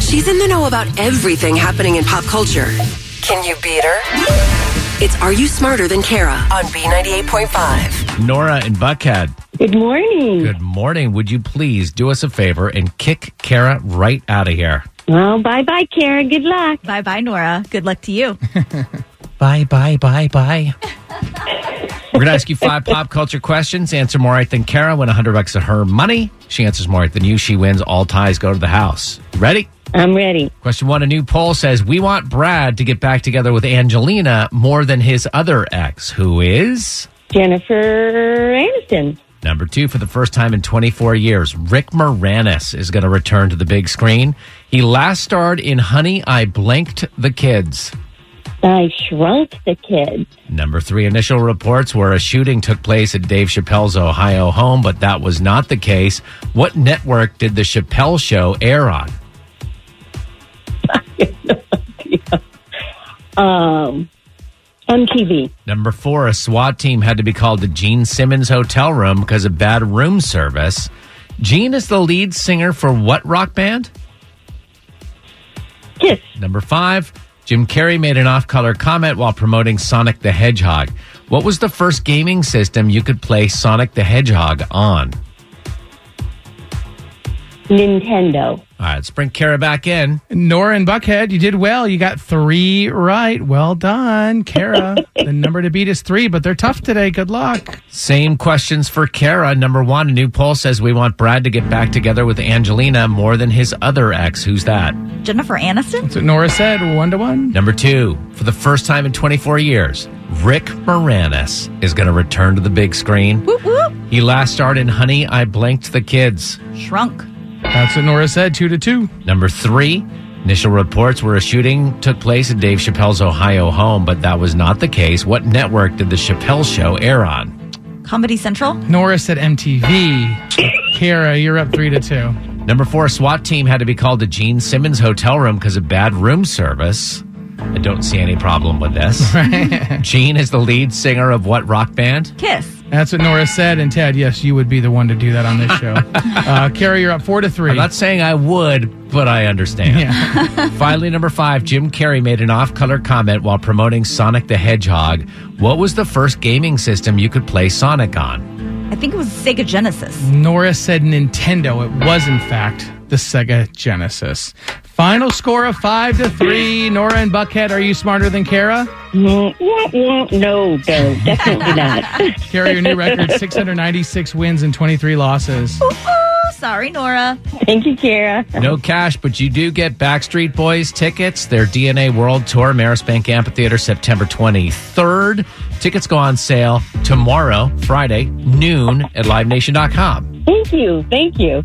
She's in the know about everything happening in pop culture. Can you beat her? It's Are You Smarter Than Kara on B98.5. Nora and Buckhead, Good morning. good morning. Would you please do us a favor and kick Kara right out of here? Well, bye bye, Kara. Good luck. Bye bye, Nora. Good luck to you. Bye, bye, bye, bye. We're going to ask you five pop culture questions. Answer more right than Kara. Win 100 bucks of her money. She answers more right than you. She wins. All ties go to the house. Ready? I'm ready. Question one A new poll says we want Brad to get back together with Angelina more than his other ex, who is. Jennifer Aniston. Number two, for the first time in 24 years, Rick Moranis is going to return to the big screen. He last starred in Honey, I Blanked the Kids. I shrunk the kid. Number three, initial reports were a shooting took place at Dave Chappelle's Ohio home, but that was not the case. What network did the Chappelle show air on? Um, on TV. Number four, a SWAT team had to be called to Gene Simmons' hotel room because of bad room service. Gene is the lead singer for what rock band? Kiss. Number five, Jim Carrey made an off color comment while promoting Sonic the Hedgehog. What was the first gaming system you could play Sonic the Hedgehog on? Nintendo. All right, let's bring Kara back in. Nora and Buckhead, you did well. You got three right. Well done, Kara. the number to beat is three, but they're tough today. Good luck. Same questions for Kara. Number one, a new poll says we want Brad to get back together with Angelina more than his other ex. Who's that? Jennifer Aniston? That's what Nora said. One to one. Number two, for the first time in 24 years, Rick Moranis is going to return to the big screen. Whoop whoop. He last starred in Honey, I Blanked the Kids. Shrunk. That's what Nora said. Two to two. Number three, initial reports were a shooting took place at Dave Chappelle's Ohio home, but that was not the case. What network did the Chappelle show air on? Comedy Central? Nora said MTV. Kara, you're up three to two. Number four, SWAT team had to be called to Gene Simmons' hotel room because of bad room service. I don't see any problem with this. Gene is the lead singer of what rock band? Kiss. That's what Nora said. And Ted, yes, you would be the one to do that on this show. uh, Kara, you're up four to three. I'm not saying I would, but I understand. Finally, number five, Jim Carrey made an off color comment while promoting Sonic the Hedgehog. What was the first gaming system you could play Sonic on? I think it was Sega Genesis. Nora said Nintendo. It was, in fact, the Sega Genesis. Final score of five to three. Nora and Buckhead, are you smarter than Kara? Mm, wah, wah. No, no, definitely not. Kara, your new record 696 wins and 23 losses. Ooh, Oh, sorry, Nora. Thank you, Kara. No cash, but you do get Backstreet Boys tickets. Their DNA World Tour, Maris Bank Amphitheater, September 23rd. Tickets go on sale tomorrow, Friday, noon at livenation.com. Thank you. Thank you.